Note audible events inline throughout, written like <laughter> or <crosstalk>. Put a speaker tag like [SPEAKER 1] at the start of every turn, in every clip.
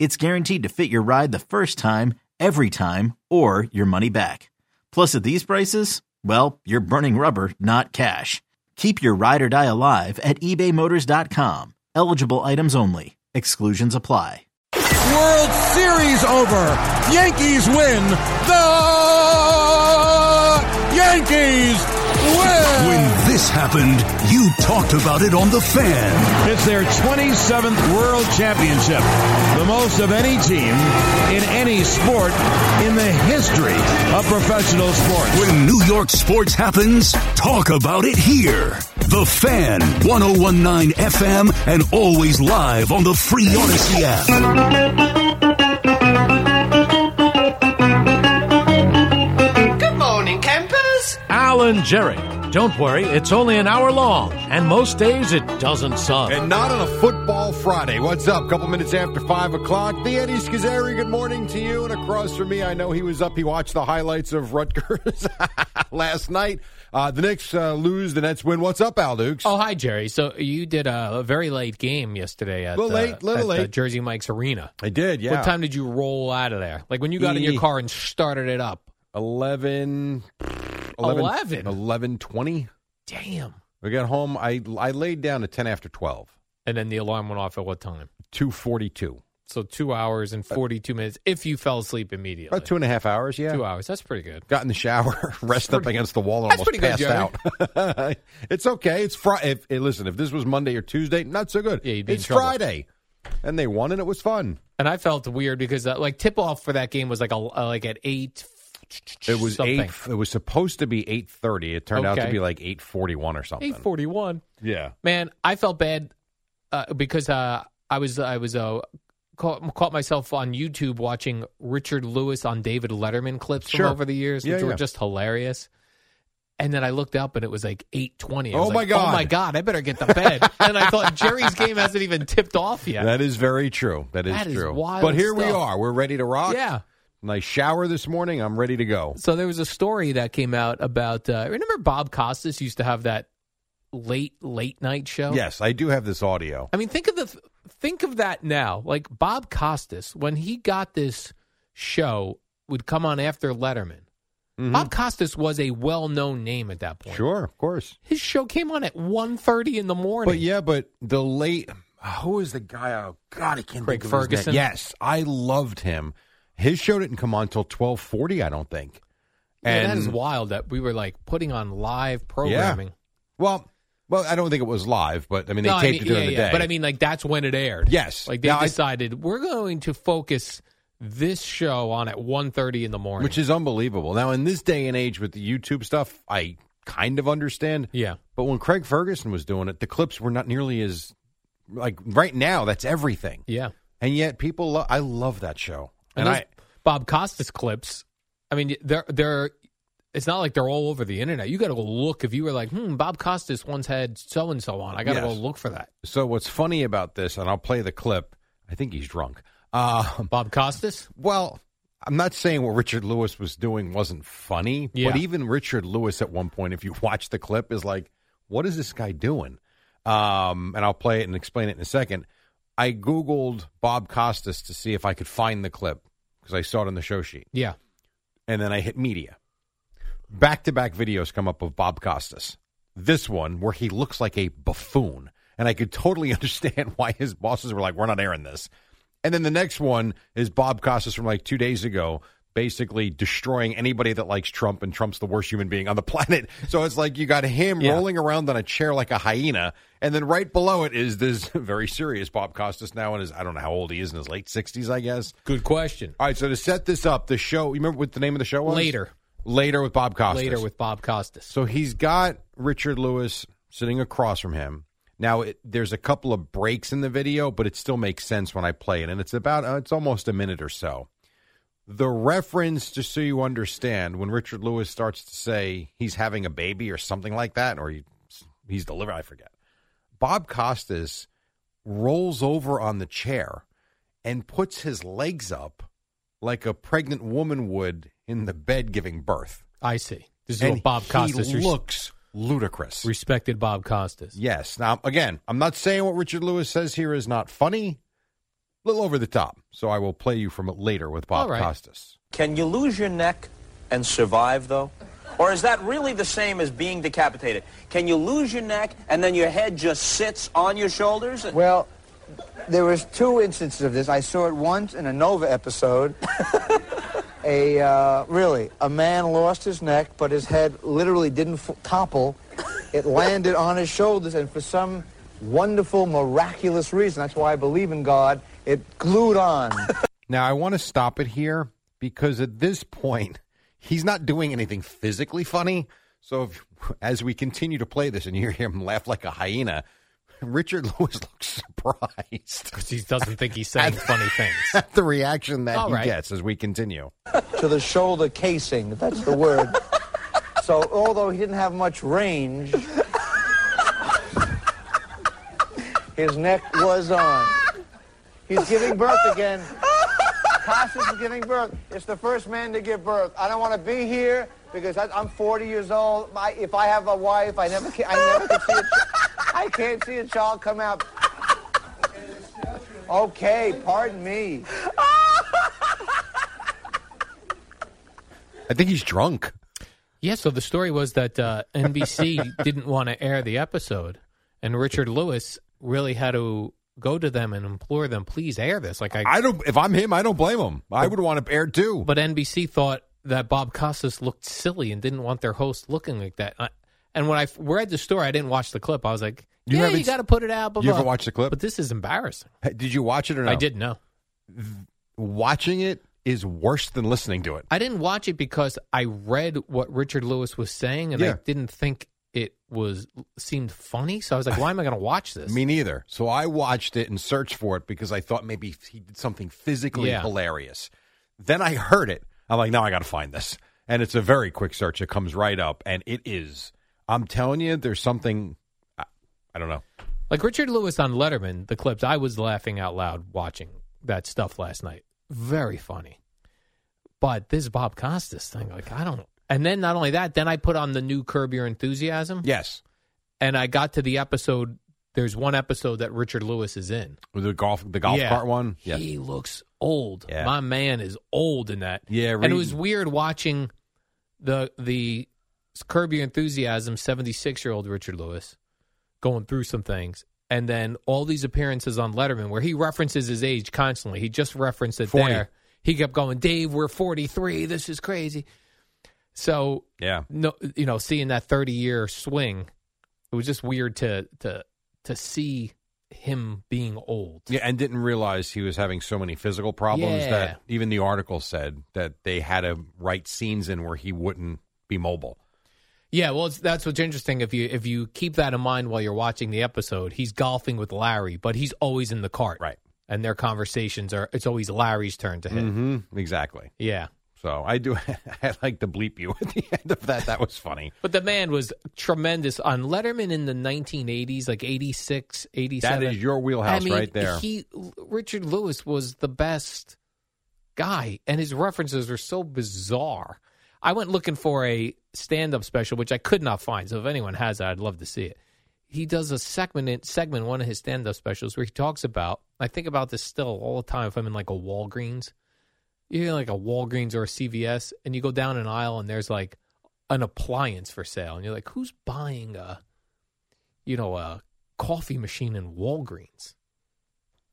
[SPEAKER 1] it's guaranteed to fit your ride the first time, every time, or your money back. Plus, at these prices, well, you're burning rubber, not cash. Keep your ride or die alive at ebaymotors.com. Eligible items only. Exclusions apply.
[SPEAKER 2] World Series over. Yankees win. The Yankees win.
[SPEAKER 3] When this happened, you talked about it on The Fan.
[SPEAKER 2] It's their 27th World Championship, the most of any team in any sport in the history of professional sports.
[SPEAKER 3] When New York sports happens, talk about it here. The Fan, 1019 FM, and always live on the free Odyssey app.
[SPEAKER 4] Good morning, campers.
[SPEAKER 5] Alan Jerry. Don't worry, it's only an hour long, and most days it doesn't suck.
[SPEAKER 6] And not on a football Friday. What's up? Couple minutes after five o'clock. The Eddie Schizzeri, good morning to you. And across from me, I know he was up. He watched the highlights of Rutgers <laughs> last night. Uh, the Knicks uh, lose, the Nets win. What's up, Al Dukes?
[SPEAKER 7] Oh, hi, Jerry. So you did a, a very late game yesterday at,
[SPEAKER 6] Little
[SPEAKER 7] uh,
[SPEAKER 6] late, little
[SPEAKER 7] at, uh,
[SPEAKER 6] late.
[SPEAKER 7] Jersey Mike's Arena.
[SPEAKER 6] I did, yeah.
[SPEAKER 7] What time did you roll out of there? Like when you got in
[SPEAKER 6] E-
[SPEAKER 7] your car and started it up?
[SPEAKER 6] 11,
[SPEAKER 7] 11?
[SPEAKER 6] 11, 20.
[SPEAKER 7] Damn.
[SPEAKER 6] I got home. I, I laid down at 10 after 12,
[SPEAKER 7] And then the alarm went off at what time?
[SPEAKER 6] 242.
[SPEAKER 7] So two hours and 42 minutes if you fell asleep immediately.
[SPEAKER 6] Uh, About two and a half hours, yeah.
[SPEAKER 7] Two hours. That's pretty good.
[SPEAKER 6] Got in the shower, <laughs> rest up against the wall, and
[SPEAKER 7] that's
[SPEAKER 6] almost
[SPEAKER 7] pretty
[SPEAKER 6] passed
[SPEAKER 7] good,
[SPEAKER 6] out. <laughs> it's okay. It's Friday. If, hey, listen, if this was Monday or Tuesday, not so good.
[SPEAKER 7] Yeah, you'd be in
[SPEAKER 6] it's
[SPEAKER 7] trouble.
[SPEAKER 6] Friday, and they won, and it was fun.
[SPEAKER 7] And I felt weird because uh, like tip off for that game was like a, uh, like at 8
[SPEAKER 6] It was
[SPEAKER 7] something.
[SPEAKER 6] eight. It was supposed to be eight thirty. It turned out to
[SPEAKER 7] Okay.
[SPEAKER 6] be like eight forty one or something.
[SPEAKER 7] 841.
[SPEAKER 6] Yeah.
[SPEAKER 7] Man, I felt bad uh, because uh, I was I was uh, caught, caught myself on YouTube watching Richard Lewis on David Letterman clips
[SPEAKER 6] Sure.
[SPEAKER 7] from over the years,
[SPEAKER 6] Yeah,
[SPEAKER 7] which
[SPEAKER 6] yeah.
[SPEAKER 7] were just hilarious. And then I looked up and it was like eight twenty.
[SPEAKER 6] Oh, my God.
[SPEAKER 7] Oh my god! I better get to
[SPEAKER 6] <laughs>
[SPEAKER 7] bed. and I thought Jerry's game hasn't even tipped off yet.
[SPEAKER 6] That is very true. That is
[SPEAKER 7] That is
[SPEAKER 6] true.
[SPEAKER 7] wild
[SPEAKER 6] but here we
[SPEAKER 7] stuff.
[SPEAKER 6] are. We're ready to rock.
[SPEAKER 7] yeah.
[SPEAKER 6] Nice shower this morning. I'm ready to go.
[SPEAKER 7] So there was a story that came out about. Uh, remember Bob Costas used to have that late late night show.
[SPEAKER 6] Yes, I do have this audio.
[SPEAKER 7] I mean, think of the think of that now. Like Bob Costas, when he got this show, would come on after Letterman. Bob Costas was a well-known name at that point.
[SPEAKER 6] Mm-hmm. Sure, of course.
[SPEAKER 7] His show came on at 1.30 in the morning.
[SPEAKER 6] But yeah, but the late who is the guy? Oh God, I can't
[SPEAKER 7] Craig
[SPEAKER 6] think of his name.
[SPEAKER 7] Ferguson?
[SPEAKER 6] Yes, I loved him. His show didn't come on till twelve forty, I don't think.
[SPEAKER 7] Yeah, that
[SPEAKER 6] and-
[SPEAKER 7] is wild that we were like putting on live programming.
[SPEAKER 6] Well, well, I don't think it was live, but I mean they
[SPEAKER 7] No, I
[SPEAKER 6] taped
[SPEAKER 7] mean-
[SPEAKER 6] it during
[SPEAKER 7] yeah,
[SPEAKER 6] the
[SPEAKER 7] yeah,
[SPEAKER 6] day.
[SPEAKER 7] But I mean, like that's when it aired.
[SPEAKER 6] Yes.
[SPEAKER 7] like they
[SPEAKER 6] Now, I-
[SPEAKER 7] decided we're going to focus this show on at 1.30 in the morning.
[SPEAKER 6] which is unbelievable. Now in this day and age with the YouTube stuff, I kind of understand.
[SPEAKER 7] yeah,
[SPEAKER 6] But when Craig Ferguson was doing it, the clips were not nearly as like right now. That's everything,
[SPEAKER 7] yeah.
[SPEAKER 6] and yet people. Lo- I love that show,
[SPEAKER 7] And,
[SPEAKER 6] and,
[SPEAKER 7] those Bob Costas clips, I mean, they're they're. It's not like they're all over the internet. You got to go look. If you were like, hmm, Bob Costas once had so and so on, I got to
[SPEAKER 6] Yes.
[SPEAKER 7] go look for that.
[SPEAKER 6] I. So what's funny about this, and I'll play the clip. I think he's drunk. Um,
[SPEAKER 7] Bob Costas,
[SPEAKER 6] Well, I'm not saying what Richard Lewis was doing wasn't funny,
[SPEAKER 7] Yeah.
[SPEAKER 6] but even Richard Lewis at one point, if you <laughs> watch the clip, is like, what is this guy doing? Um, and I'll play it and explain it in a second. I Googled Bob Costas to see if I could find the clip because I saw it on the show sheet.
[SPEAKER 7] yeah,
[SPEAKER 6] And then I hit media. Back to back videos come up of Bob Costas. This one where he <laughs> looks like a buffoon. And I could totally understand why his bosses were like, we're not airing this. And then the next one is Bob Costas from like two days ago, basically destroying anybody that likes Trump, and Trump's the worst human being on the <laughs> planet. So it's like you got him
[SPEAKER 8] Yeah.
[SPEAKER 6] rolling around on a chair like a hyena, and then right below it is this <laughs> very serious Bob Costas now in his, I don't know how old he is, in his late 60s, I guess.
[SPEAKER 7] Good question.
[SPEAKER 6] All right, so to set this up, the show, you remember what the name of the show was?
[SPEAKER 7] Later.
[SPEAKER 6] Later with Bob Costas.
[SPEAKER 7] Later with Bob Costas.
[SPEAKER 6] So he's got Richard Lewis sitting across from him. Now it, there's a couple of breaks in the video, but it still makes sense when I play it, and it's about uh, it's almost a minute or so. The reference, just so you understand, when Richard Lewis starts to say he's having a baby or something like that, or he, he's delivering, I forget. Bob Costas rolls over on the chair and puts his legs up like a pregnant woman would in the bed giving birth
[SPEAKER 7] I see. This is
[SPEAKER 6] and
[SPEAKER 7] what Bob Costas
[SPEAKER 6] he
[SPEAKER 7] res-
[SPEAKER 6] looks ludicrous.
[SPEAKER 7] respected Bob Costas.
[SPEAKER 6] yes. Now, again, I'm not saying what Richard Lewis says here is not funny. A little over the top. So I will play you from it later with Bob
[SPEAKER 7] All right.
[SPEAKER 6] Costas.
[SPEAKER 9] Can you lose your neck and survive, though? Or is that really the same as being decapitated? Can you lose your neck and then your head just sits on your shoulders?
[SPEAKER 10] Well, there was two instances of this. I saw it once in a
[SPEAKER 9] <laughs>
[SPEAKER 10] Nova episode. a uh, really, a man lost his neck, but his head literally didn't f- topple. It landed on his shoulders, and for some wonderful, miraculous reason, that's why I believe in God. It glued on.
[SPEAKER 6] Now, I want to stop it here because at this point, <laughs> he's not doing anything physically funny. So if, <laughs> as we continue to play this and you hear him laugh like a hyena, <laughs> Richard Lewis <laughs> looks surprised <laughs>
[SPEAKER 7] Because he doesn't think he's saying funny things.
[SPEAKER 6] at the reaction that
[SPEAKER 7] All
[SPEAKER 6] he
[SPEAKER 7] right.
[SPEAKER 6] gets as we continue.
[SPEAKER 10] to the shoulder casing. That's the word. so although he didn't have much range, his neck was on. He's giving birth again. Costas is giving birth. It's the first man to give birth. I don't want to be here because I, I'm 40 years old. My, if I have a wife, I never can, I never can see a ch- I can't see a child come out. Okay, pardon me.
[SPEAKER 6] I think he's drunk.
[SPEAKER 7] yeah, so the story was that uh,
[SPEAKER 6] <laughs>
[SPEAKER 7] NBC didn't want to air the episode, and Richard Lewis really had to go to them and implore them, please air this. Like I,
[SPEAKER 6] I don't. If I'm him, I don't blame him. I would want to air too.
[SPEAKER 7] But NBC thought that Bob Costas looked silly and didn't want their host looking like that. I, and when I f- read the story, I didn't watch the clip. I was like,
[SPEAKER 6] You
[SPEAKER 7] "Yeah,
[SPEAKER 6] haven't
[SPEAKER 7] you
[SPEAKER 6] s-
[SPEAKER 7] got to put it out." Blah,
[SPEAKER 6] you
[SPEAKER 7] blah.
[SPEAKER 6] haven't watched the clip?
[SPEAKER 7] but this is embarrassing.
[SPEAKER 6] Did you watch it or not?
[SPEAKER 7] I didn't know.
[SPEAKER 6] Watching it is worse than listening to it.
[SPEAKER 7] I didn't watch it because I read what Richard Lewis was saying, and
[SPEAKER 6] Yeah.
[SPEAKER 7] I didn't think it was seemed funny. So I
[SPEAKER 6] <laughs>
[SPEAKER 7] was like, "Why am I going to watch this?"
[SPEAKER 6] Me neither. So I watched it and searched for it because I thought maybe he did something physically
[SPEAKER 7] Yeah.
[SPEAKER 6] hilarious. Then I heard it. I'm like, now I got to find this. And it's a very quick search. It comes right up, and it is. I'm telling you, there's something. I, I don't know.
[SPEAKER 7] Like Richard Lewis on Letterman, the clips, I was laughing out loud watching that stuff last night. Very funny. But this Bob Costas thing, like, I don't. And then not only that, then I put on the new Curb Your Enthusiasm,
[SPEAKER 6] Yes,
[SPEAKER 7] and I got to the episode. There's one episode that Richard Lewis is in.
[SPEAKER 6] the golf, the golf
[SPEAKER 7] Yeah.
[SPEAKER 6] cart one. Yes.
[SPEAKER 7] He looks old.
[SPEAKER 6] Yeah.
[SPEAKER 7] My man is old in that.
[SPEAKER 6] Yeah,
[SPEAKER 7] and
[SPEAKER 6] reading-
[SPEAKER 7] it was weird watching the the Curb Your Enthusiasm seventy six year old Richard Lewis going through some things, and then all these appearances on Letterman where he references his age constantly. He just referenced it
[SPEAKER 6] 40.
[SPEAKER 7] there. He kept going, Dave, we're forty three. This is crazy. So
[SPEAKER 6] yeah.
[SPEAKER 7] no, you know, seeing that thirty year swing, it was just weird to to to see him being old.
[SPEAKER 6] Yeah, and didn't realize he was having so many physical problems
[SPEAKER 7] Yeah.
[SPEAKER 6] that even the article said that they had to write scenes in where he wouldn't be mobile.
[SPEAKER 7] Yeah, well, it's, that's what's interesting. If you if you keep that in mind while you're watching the episode, he's golfing with Larry, but he's always in the cart,
[SPEAKER 6] Right.
[SPEAKER 7] And their conversations are it's always Larry's turn to hit.
[SPEAKER 6] Mm-hmm. Exactly.
[SPEAKER 7] Yeah,
[SPEAKER 6] So I do. <laughs> I like to bleep you <laughs> at the end of that. That was funny.
[SPEAKER 7] but the man was tremendous on Letterman in the 1980s, like 86, 87.
[SPEAKER 6] That is your wheelhouse
[SPEAKER 7] I mean,
[SPEAKER 6] right there.
[SPEAKER 7] He Richard Lewis was the best guy, and his references are so bizarre. I went looking for a stand-up special, which I could not find. So if anyone has that, I'd love to see it. He does a segment in segment in one of his stand-up specials where he talks about. I think about this still all the time if I'm in like a Walgreens, you're in like a Walgreens or a CVS, and you go down an aisle and there's like an appliance for sale, and you're like, who's buying a, you know, a coffee machine in Walgreens?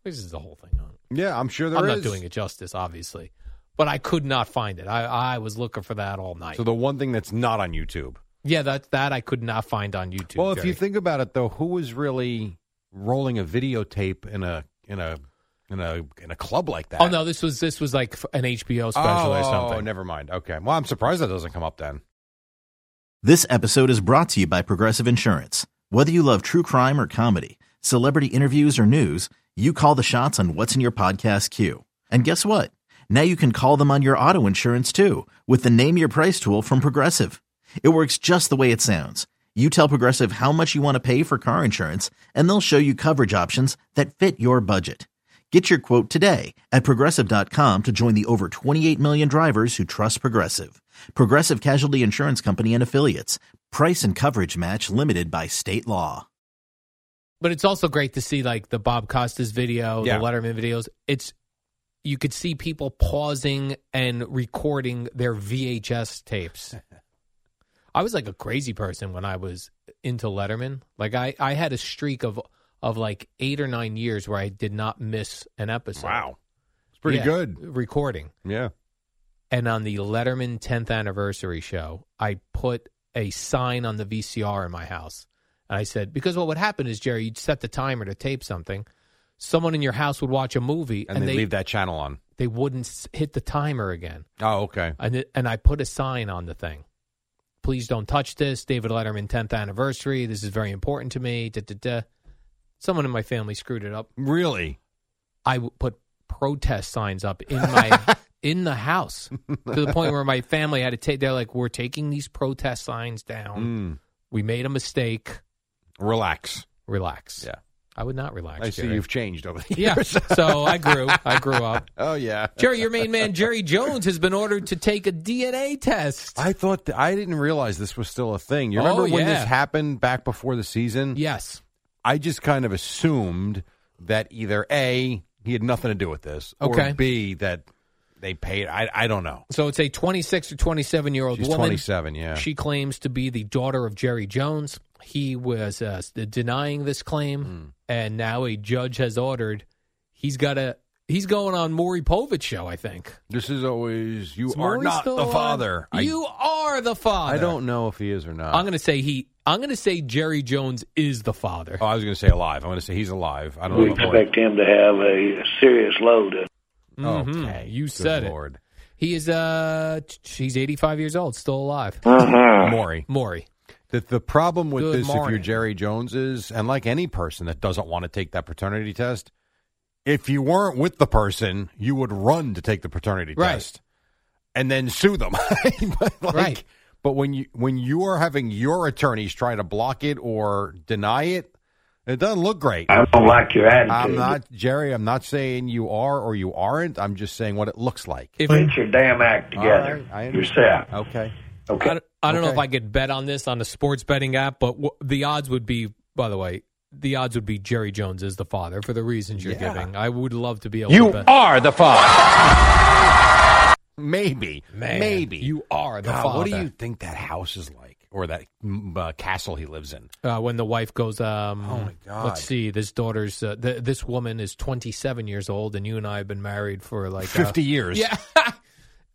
[SPEAKER 7] This is the whole thing on.
[SPEAKER 6] Yeah, I'm sure there
[SPEAKER 7] I'm
[SPEAKER 6] is.
[SPEAKER 7] not doing it justice, obviously, but I could not find it. I, I was looking for that all night.
[SPEAKER 6] So the one thing that's not on YouTube.
[SPEAKER 7] yeah, that that I could not find on YouTube.
[SPEAKER 6] well, if
[SPEAKER 7] Jerry.
[SPEAKER 6] you think about it, though, who was really rolling a videotape in a in a in a in a club like that?
[SPEAKER 7] oh no, this was this was like an HBO special
[SPEAKER 6] oh,
[SPEAKER 7] or
[SPEAKER 6] Oh,
[SPEAKER 7] something.
[SPEAKER 6] never mind. Okay. Well, I'm surprised that doesn't come up then.
[SPEAKER 1] This episode is brought to you by Progressive Insurance. Whether you love true crime or comedy, celebrity interviews or news, you call the shots on what's in your podcast queue. And guess what? Now you can call them on your auto insurance too with the Name Your Price tool from Progressive. It works just the way it sounds. You tell Progressive how much you want to pay for car insurance, and they'll show you coverage options that fit your budget. Get your quote today at progressive.com to join the over 28 million drivers who trust Progressive. Progressive Casualty Insurance Company and Affiliates. Price and coverage match limited by state law.
[SPEAKER 7] But it's also great to see like the Bob Costas video,
[SPEAKER 1] Yeah.
[SPEAKER 7] the Letterman videos. It's you could see people pausing and recording their VHS tapes. I was like a crazy person when I was into Letterman. Like I, I had a streak of of like eight or nine years where I did not miss an episode. Wow.
[SPEAKER 6] It's pretty good.
[SPEAKER 7] Recording.
[SPEAKER 6] Yeah.
[SPEAKER 7] And on the Letterman 10th anniversary show, I put a sign on the VCR in my house. And I said, because what would happen is, Jerry, you'd set the timer to tape something. Someone in your house would watch a movie
[SPEAKER 6] And, they, leave that channel on.
[SPEAKER 7] they wouldn't s- hit the timer again.
[SPEAKER 6] Oh, okay.
[SPEAKER 7] And, it, and I put a sign on the thing. Please don't touch this. David Letterman 10th anniversary. This is very important to me. Da, da, da. Someone in my family screwed it up.
[SPEAKER 6] Really?
[SPEAKER 7] I w- put protest signs up
[SPEAKER 6] <laughs>
[SPEAKER 7] in my in the house to the point where my family had to take. They're like, "We're taking these protest signs
[SPEAKER 6] Mm.
[SPEAKER 7] down. We made a mistake.
[SPEAKER 6] Relax.
[SPEAKER 7] Relax."
[SPEAKER 6] Yeah.
[SPEAKER 7] I would not relax.
[SPEAKER 6] I see
[SPEAKER 7] Jerry.
[SPEAKER 6] <laughs> you've changed over the
[SPEAKER 7] <laughs> Yeah.
[SPEAKER 6] years.
[SPEAKER 7] So I grew. I grew up.
[SPEAKER 6] oh yeah.
[SPEAKER 7] Jerry, your main man Jerry Jones has been ordered to take a DNA test.
[SPEAKER 6] I thought that, I didn't realize this was still a thing. You
[SPEAKER 7] Oh,
[SPEAKER 6] remember when this
[SPEAKER 7] yeah.
[SPEAKER 6] happened back before the season?
[SPEAKER 7] Yes.
[SPEAKER 6] I just kind of assumed that either A, he had nothing to do with this,
[SPEAKER 7] Okay.
[SPEAKER 6] or B, that they paid. I, I don't know.
[SPEAKER 7] So it's a 26 or 27 year old
[SPEAKER 6] She's
[SPEAKER 7] woman.
[SPEAKER 6] 27, yeah.
[SPEAKER 7] She claims to be the daughter of Jerry Jones. He was uh, s- denying this claim,
[SPEAKER 6] Hmm.
[SPEAKER 7] and now a judge has ordered he's got a he's going on Maury Povich show. I think
[SPEAKER 6] This is always, you
[SPEAKER 7] Is
[SPEAKER 6] are
[SPEAKER 7] Maury
[SPEAKER 6] not
[SPEAKER 7] still
[SPEAKER 6] the
[SPEAKER 7] on?
[SPEAKER 6] father. I-
[SPEAKER 7] You are the father.
[SPEAKER 6] I, don't know if he is or not.
[SPEAKER 7] I'm going to say he. I'm going to say Jerry Jones is the father.
[SPEAKER 6] oh, I was going to say alive. I'm going to say he's alive. I don't
[SPEAKER 8] We
[SPEAKER 6] know. about Maury.
[SPEAKER 8] expect him to have a serious load.
[SPEAKER 7] Mhm.
[SPEAKER 6] Okay.
[SPEAKER 7] You
[SPEAKER 6] Good
[SPEAKER 7] said
[SPEAKER 6] Lord.
[SPEAKER 7] it. He is. Uh, t- he's 85 years old, still alive.
[SPEAKER 10] 嗯
[SPEAKER 6] Maury.
[SPEAKER 7] Maury.
[SPEAKER 6] The, the problem with
[SPEAKER 7] Good
[SPEAKER 6] this, if you're
[SPEAKER 7] morning.
[SPEAKER 6] Jerry Jones, is, and like any person that doesn't want to take that paternity test, if you weren't with the person, you would run to take the paternity
[SPEAKER 7] Right.
[SPEAKER 6] test and then sue them. <laughs> But, like,
[SPEAKER 7] Right.
[SPEAKER 6] But when you when you are having your attorneys try to block it or deny it, it doesn't look great.
[SPEAKER 8] I don't like your attitude.
[SPEAKER 6] I'm not Jerry. I'm not saying you are or you aren't. I'm just saying what it looks like.
[SPEAKER 7] If,
[SPEAKER 8] Get your damn act
[SPEAKER 6] All
[SPEAKER 8] together
[SPEAKER 6] right, I understand.
[SPEAKER 8] yourself.
[SPEAKER 6] Okay.
[SPEAKER 8] Okay.
[SPEAKER 7] I don't, I don't know
[SPEAKER 6] Okay.
[SPEAKER 7] if I could bet on this on the sports betting app, but w- the odds would be, by the way, the odds would be Jerry Jones is the father for the reasons you're
[SPEAKER 6] Yeah.
[SPEAKER 7] giving. I would love to be able
[SPEAKER 6] You
[SPEAKER 7] to bet.
[SPEAKER 6] are the father. Maybe,
[SPEAKER 7] Man,
[SPEAKER 6] maybe
[SPEAKER 7] You are the
[SPEAKER 6] God,
[SPEAKER 7] father.
[SPEAKER 6] What do you think that house is like, or that mm, uh, castle he lives in?
[SPEAKER 7] Uh, when the wife goes, um,
[SPEAKER 6] Oh, my God.
[SPEAKER 7] Let's see, this daughter's, uh, th- this woman is 27 years old, and you and I have been married for like uh,
[SPEAKER 6] Fifty years.
[SPEAKER 7] Yeah.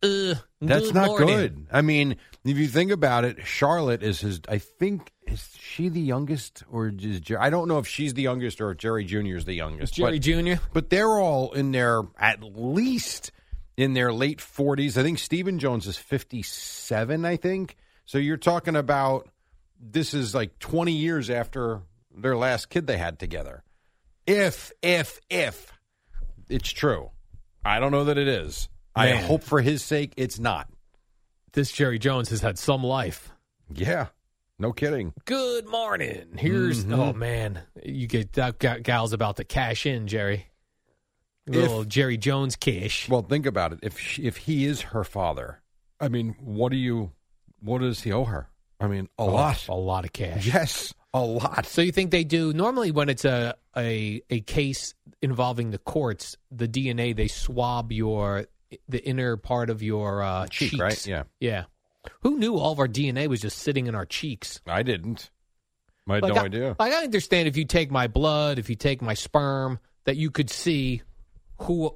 [SPEAKER 7] Uh,
[SPEAKER 6] that's
[SPEAKER 7] good
[SPEAKER 6] not
[SPEAKER 7] morning.
[SPEAKER 6] good. I mean, if you think about it, Charlotte is his. I think is she the youngest, or is Jer- I don't know if she's the youngest or if Jerry Junior is the youngest.
[SPEAKER 7] Jerry
[SPEAKER 6] but,
[SPEAKER 7] Jr.
[SPEAKER 6] but they're all in their at least in their late forties. I think Stephen Jones is fifty seven. I think so. You're talking about this is like twenty years after their last kid they had together. If if if it's true, I don't know that it is. I
[SPEAKER 7] Man.
[SPEAKER 6] hope for his sake it's not.
[SPEAKER 7] This Jerry Jones has had some life.
[SPEAKER 6] Yeah, no kidding.
[SPEAKER 7] Good morning. Here's
[SPEAKER 6] Mm-hmm.
[SPEAKER 7] oh man, you get that ga- gal's about to cash in, Jerry. Little Jerry Jones cash.
[SPEAKER 6] Well, think about it. If she, if he is her father, I mean, what do you? What does he owe her? Oh. I mean, a lot.
[SPEAKER 7] a lot of cash.
[SPEAKER 6] Yes, a lot.
[SPEAKER 7] So you think they do normally when it's a, a a case involving the courts, the DNA they swab your the inner part of your uh,
[SPEAKER 6] Cheek,
[SPEAKER 7] cheeks.
[SPEAKER 6] right? Yeah.
[SPEAKER 7] yeah. Who knew all of our DNA was just sitting in our cheeks?
[SPEAKER 6] I didn't. I had
[SPEAKER 7] Like,
[SPEAKER 6] no idea.
[SPEAKER 7] Like I understand if you take my blood, if you take my sperm, that you could see who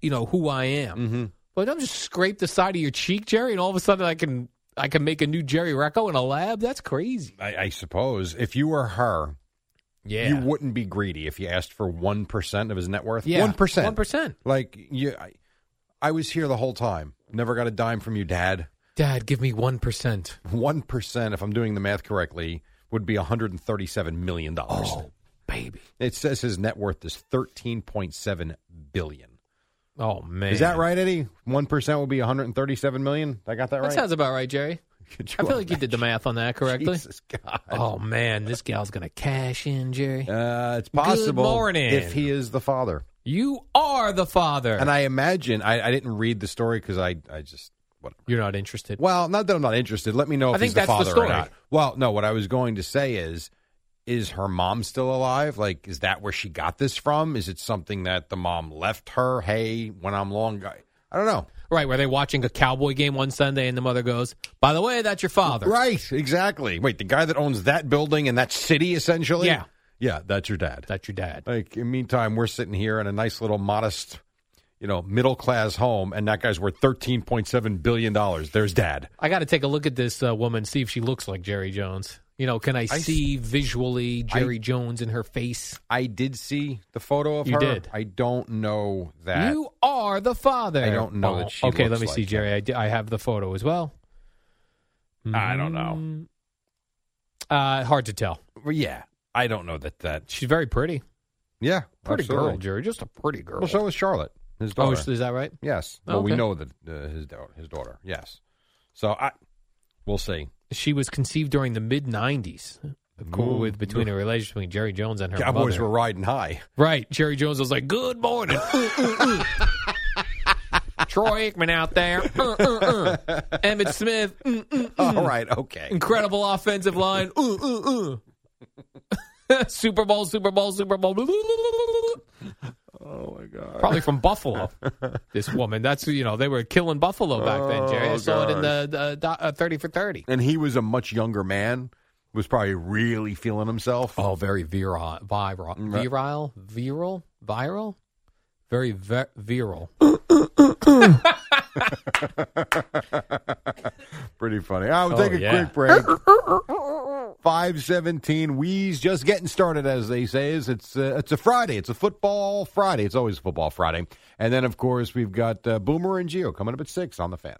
[SPEAKER 7] you know who I am.
[SPEAKER 6] Mm-hmm.
[SPEAKER 7] But I'm just scrape the side of your cheek, Jerry, and all of a sudden I can I can make a new Jerry Recco in a lab. That's crazy.
[SPEAKER 6] I, I suppose if you were her,
[SPEAKER 7] yeah,
[SPEAKER 6] you wouldn't be greedy if you asked for one percent of his net worth.
[SPEAKER 7] Yeah,
[SPEAKER 6] one percent,
[SPEAKER 7] 1%.
[SPEAKER 6] Like you, I, I was here the whole time. Never got a dime from you, Dad.
[SPEAKER 7] Dad, give me one percent.
[SPEAKER 6] One percent, if I'm doing the math correctly, would be 137 million dollars.
[SPEAKER 7] Oh, baby.
[SPEAKER 6] It says his net worth is 13.7 billion.
[SPEAKER 7] Oh man,
[SPEAKER 6] Is that right, Eddie? One percent would be 137 million. I got that
[SPEAKER 7] That
[SPEAKER 6] right. <laughs>
[SPEAKER 7] sounds about right, Jerry.
[SPEAKER 6] Could you
[SPEAKER 7] I feel like you did the math on that correctly.
[SPEAKER 6] <laughs> Jesus God.
[SPEAKER 7] Oh man, this gal's gonna cash in, Jerry.
[SPEAKER 6] Uh, it's possible
[SPEAKER 7] morning.
[SPEAKER 6] if he is the father.
[SPEAKER 7] You are the father.
[SPEAKER 6] And I imagine I, I didn't read the story because I, I just whatever.
[SPEAKER 7] You're not interested.
[SPEAKER 6] Well, not that I'm not interested. Let me know
[SPEAKER 7] I
[SPEAKER 6] if
[SPEAKER 7] think
[SPEAKER 6] he's the
[SPEAKER 7] that's the
[SPEAKER 6] father
[SPEAKER 7] story.
[SPEAKER 6] or not. Well, no. What I was going to say is, is her mom still alive? Like, is that where she got this from? Is it something that the mom left her? Hey, when I'm long, I, I don't know.
[SPEAKER 7] Right, were they watching a cowboy game one Sunday and the mother goes, By the way, that's your father.
[SPEAKER 6] Right, exactly. Wait, the guy that owns that building and that city, essentially.
[SPEAKER 7] Yeah.
[SPEAKER 6] yeah, that's your dad.
[SPEAKER 7] That's your dad.
[SPEAKER 6] Like, in meantime, we're sitting here in a nice little modest, you know, middle class home, and that guy's worth thirteen point seven billion dollars. There's dad.
[SPEAKER 7] I got to take a look at this uh, woman, see if she looks like Jerry Jones. You know, can I, see visually Jerry Jones in her face?
[SPEAKER 6] I did see the photo of
[SPEAKER 7] You
[SPEAKER 6] her.
[SPEAKER 7] did.
[SPEAKER 6] I don't know that.
[SPEAKER 7] you are the father.
[SPEAKER 6] I don't know
[SPEAKER 7] Oh,
[SPEAKER 6] that she
[SPEAKER 7] Okay,
[SPEAKER 6] looks
[SPEAKER 7] let me
[SPEAKER 6] like
[SPEAKER 7] see,
[SPEAKER 6] that.
[SPEAKER 7] Jerry. I, d- I have the photo as well.
[SPEAKER 6] I don't know.
[SPEAKER 7] Mm, Uh, hard to tell.
[SPEAKER 6] Well, yeah, I don't know that that.
[SPEAKER 7] She's very pretty.
[SPEAKER 6] Yeah,
[SPEAKER 7] Pretty
[SPEAKER 6] absolutely.
[SPEAKER 7] girl, Jerry. Just a pretty girl.
[SPEAKER 6] Well, so is Charlotte, his
[SPEAKER 7] oh,
[SPEAKER 6] daughter.
[SPEAKER 7] is is that right?
[SPEAKER 6] yes.
[SPEAKER 7] Oh,
[SPEAKER 6] Well, we
[SPEAKER 7] okay.
[SPEAKER 6] know that uh, his daughter. His daughter. Yes. So I, we'll see.
[SPEAKER 7] She was conceived during the mid 90s. Cool with between a relationship between Jerry Jones and her
[SPEAKER 6] Cowboys
[SPEAKER 7] mother.
[SPEAKER 6] were riding high. <laughs>
[SPEAKER 7] Right. Jerry Jones was like, good morning. Uh, uh, uh. <laughs> Troy Aikman out
[SPEAKER 6] <laughs>
[SPEAKER 7] there. Uh, uh, uh. Emmett Smith. Mm, mm, mm.
[SPEAKER 6] All right. Okay.
[SPEAKER 7] Incredible offensive line. Uh, uh, uh. <laughs> Super Bowl, Super Bowl, Super Bowl. Oh,
[SPEAKER 6] Oh,
[SPEAKER 7] my God. Probably from Buffalo, this woman. That's, you know, they were killing Buffalo back then, Jerry. I
[SPEAKER 6] Oh,
[SPEAKER 7] saw it in the, the do- uh, 30 for 30.
[SPEAKER 6] And he was a much younger man. Was probably really feeling himself.
[SPEAKER 7] Oh, very viral, viral, viral, viral, viral, very ve- viral.
[SPEAKER 6] Pretty funny. I will
[SPEAKER 7] Oh,
[SPEAKER 6] take a
[SPEAKER 7] yeah.
[SPEAKER 6] quick break. <laughs> 517 Wheeze just getting started, as they say. Is It's uh, it's a Friday. It's a football Friday. It's always a football Friday. And then, of course, we've got uh, Boomer and Geo coming up at 6 on the fan.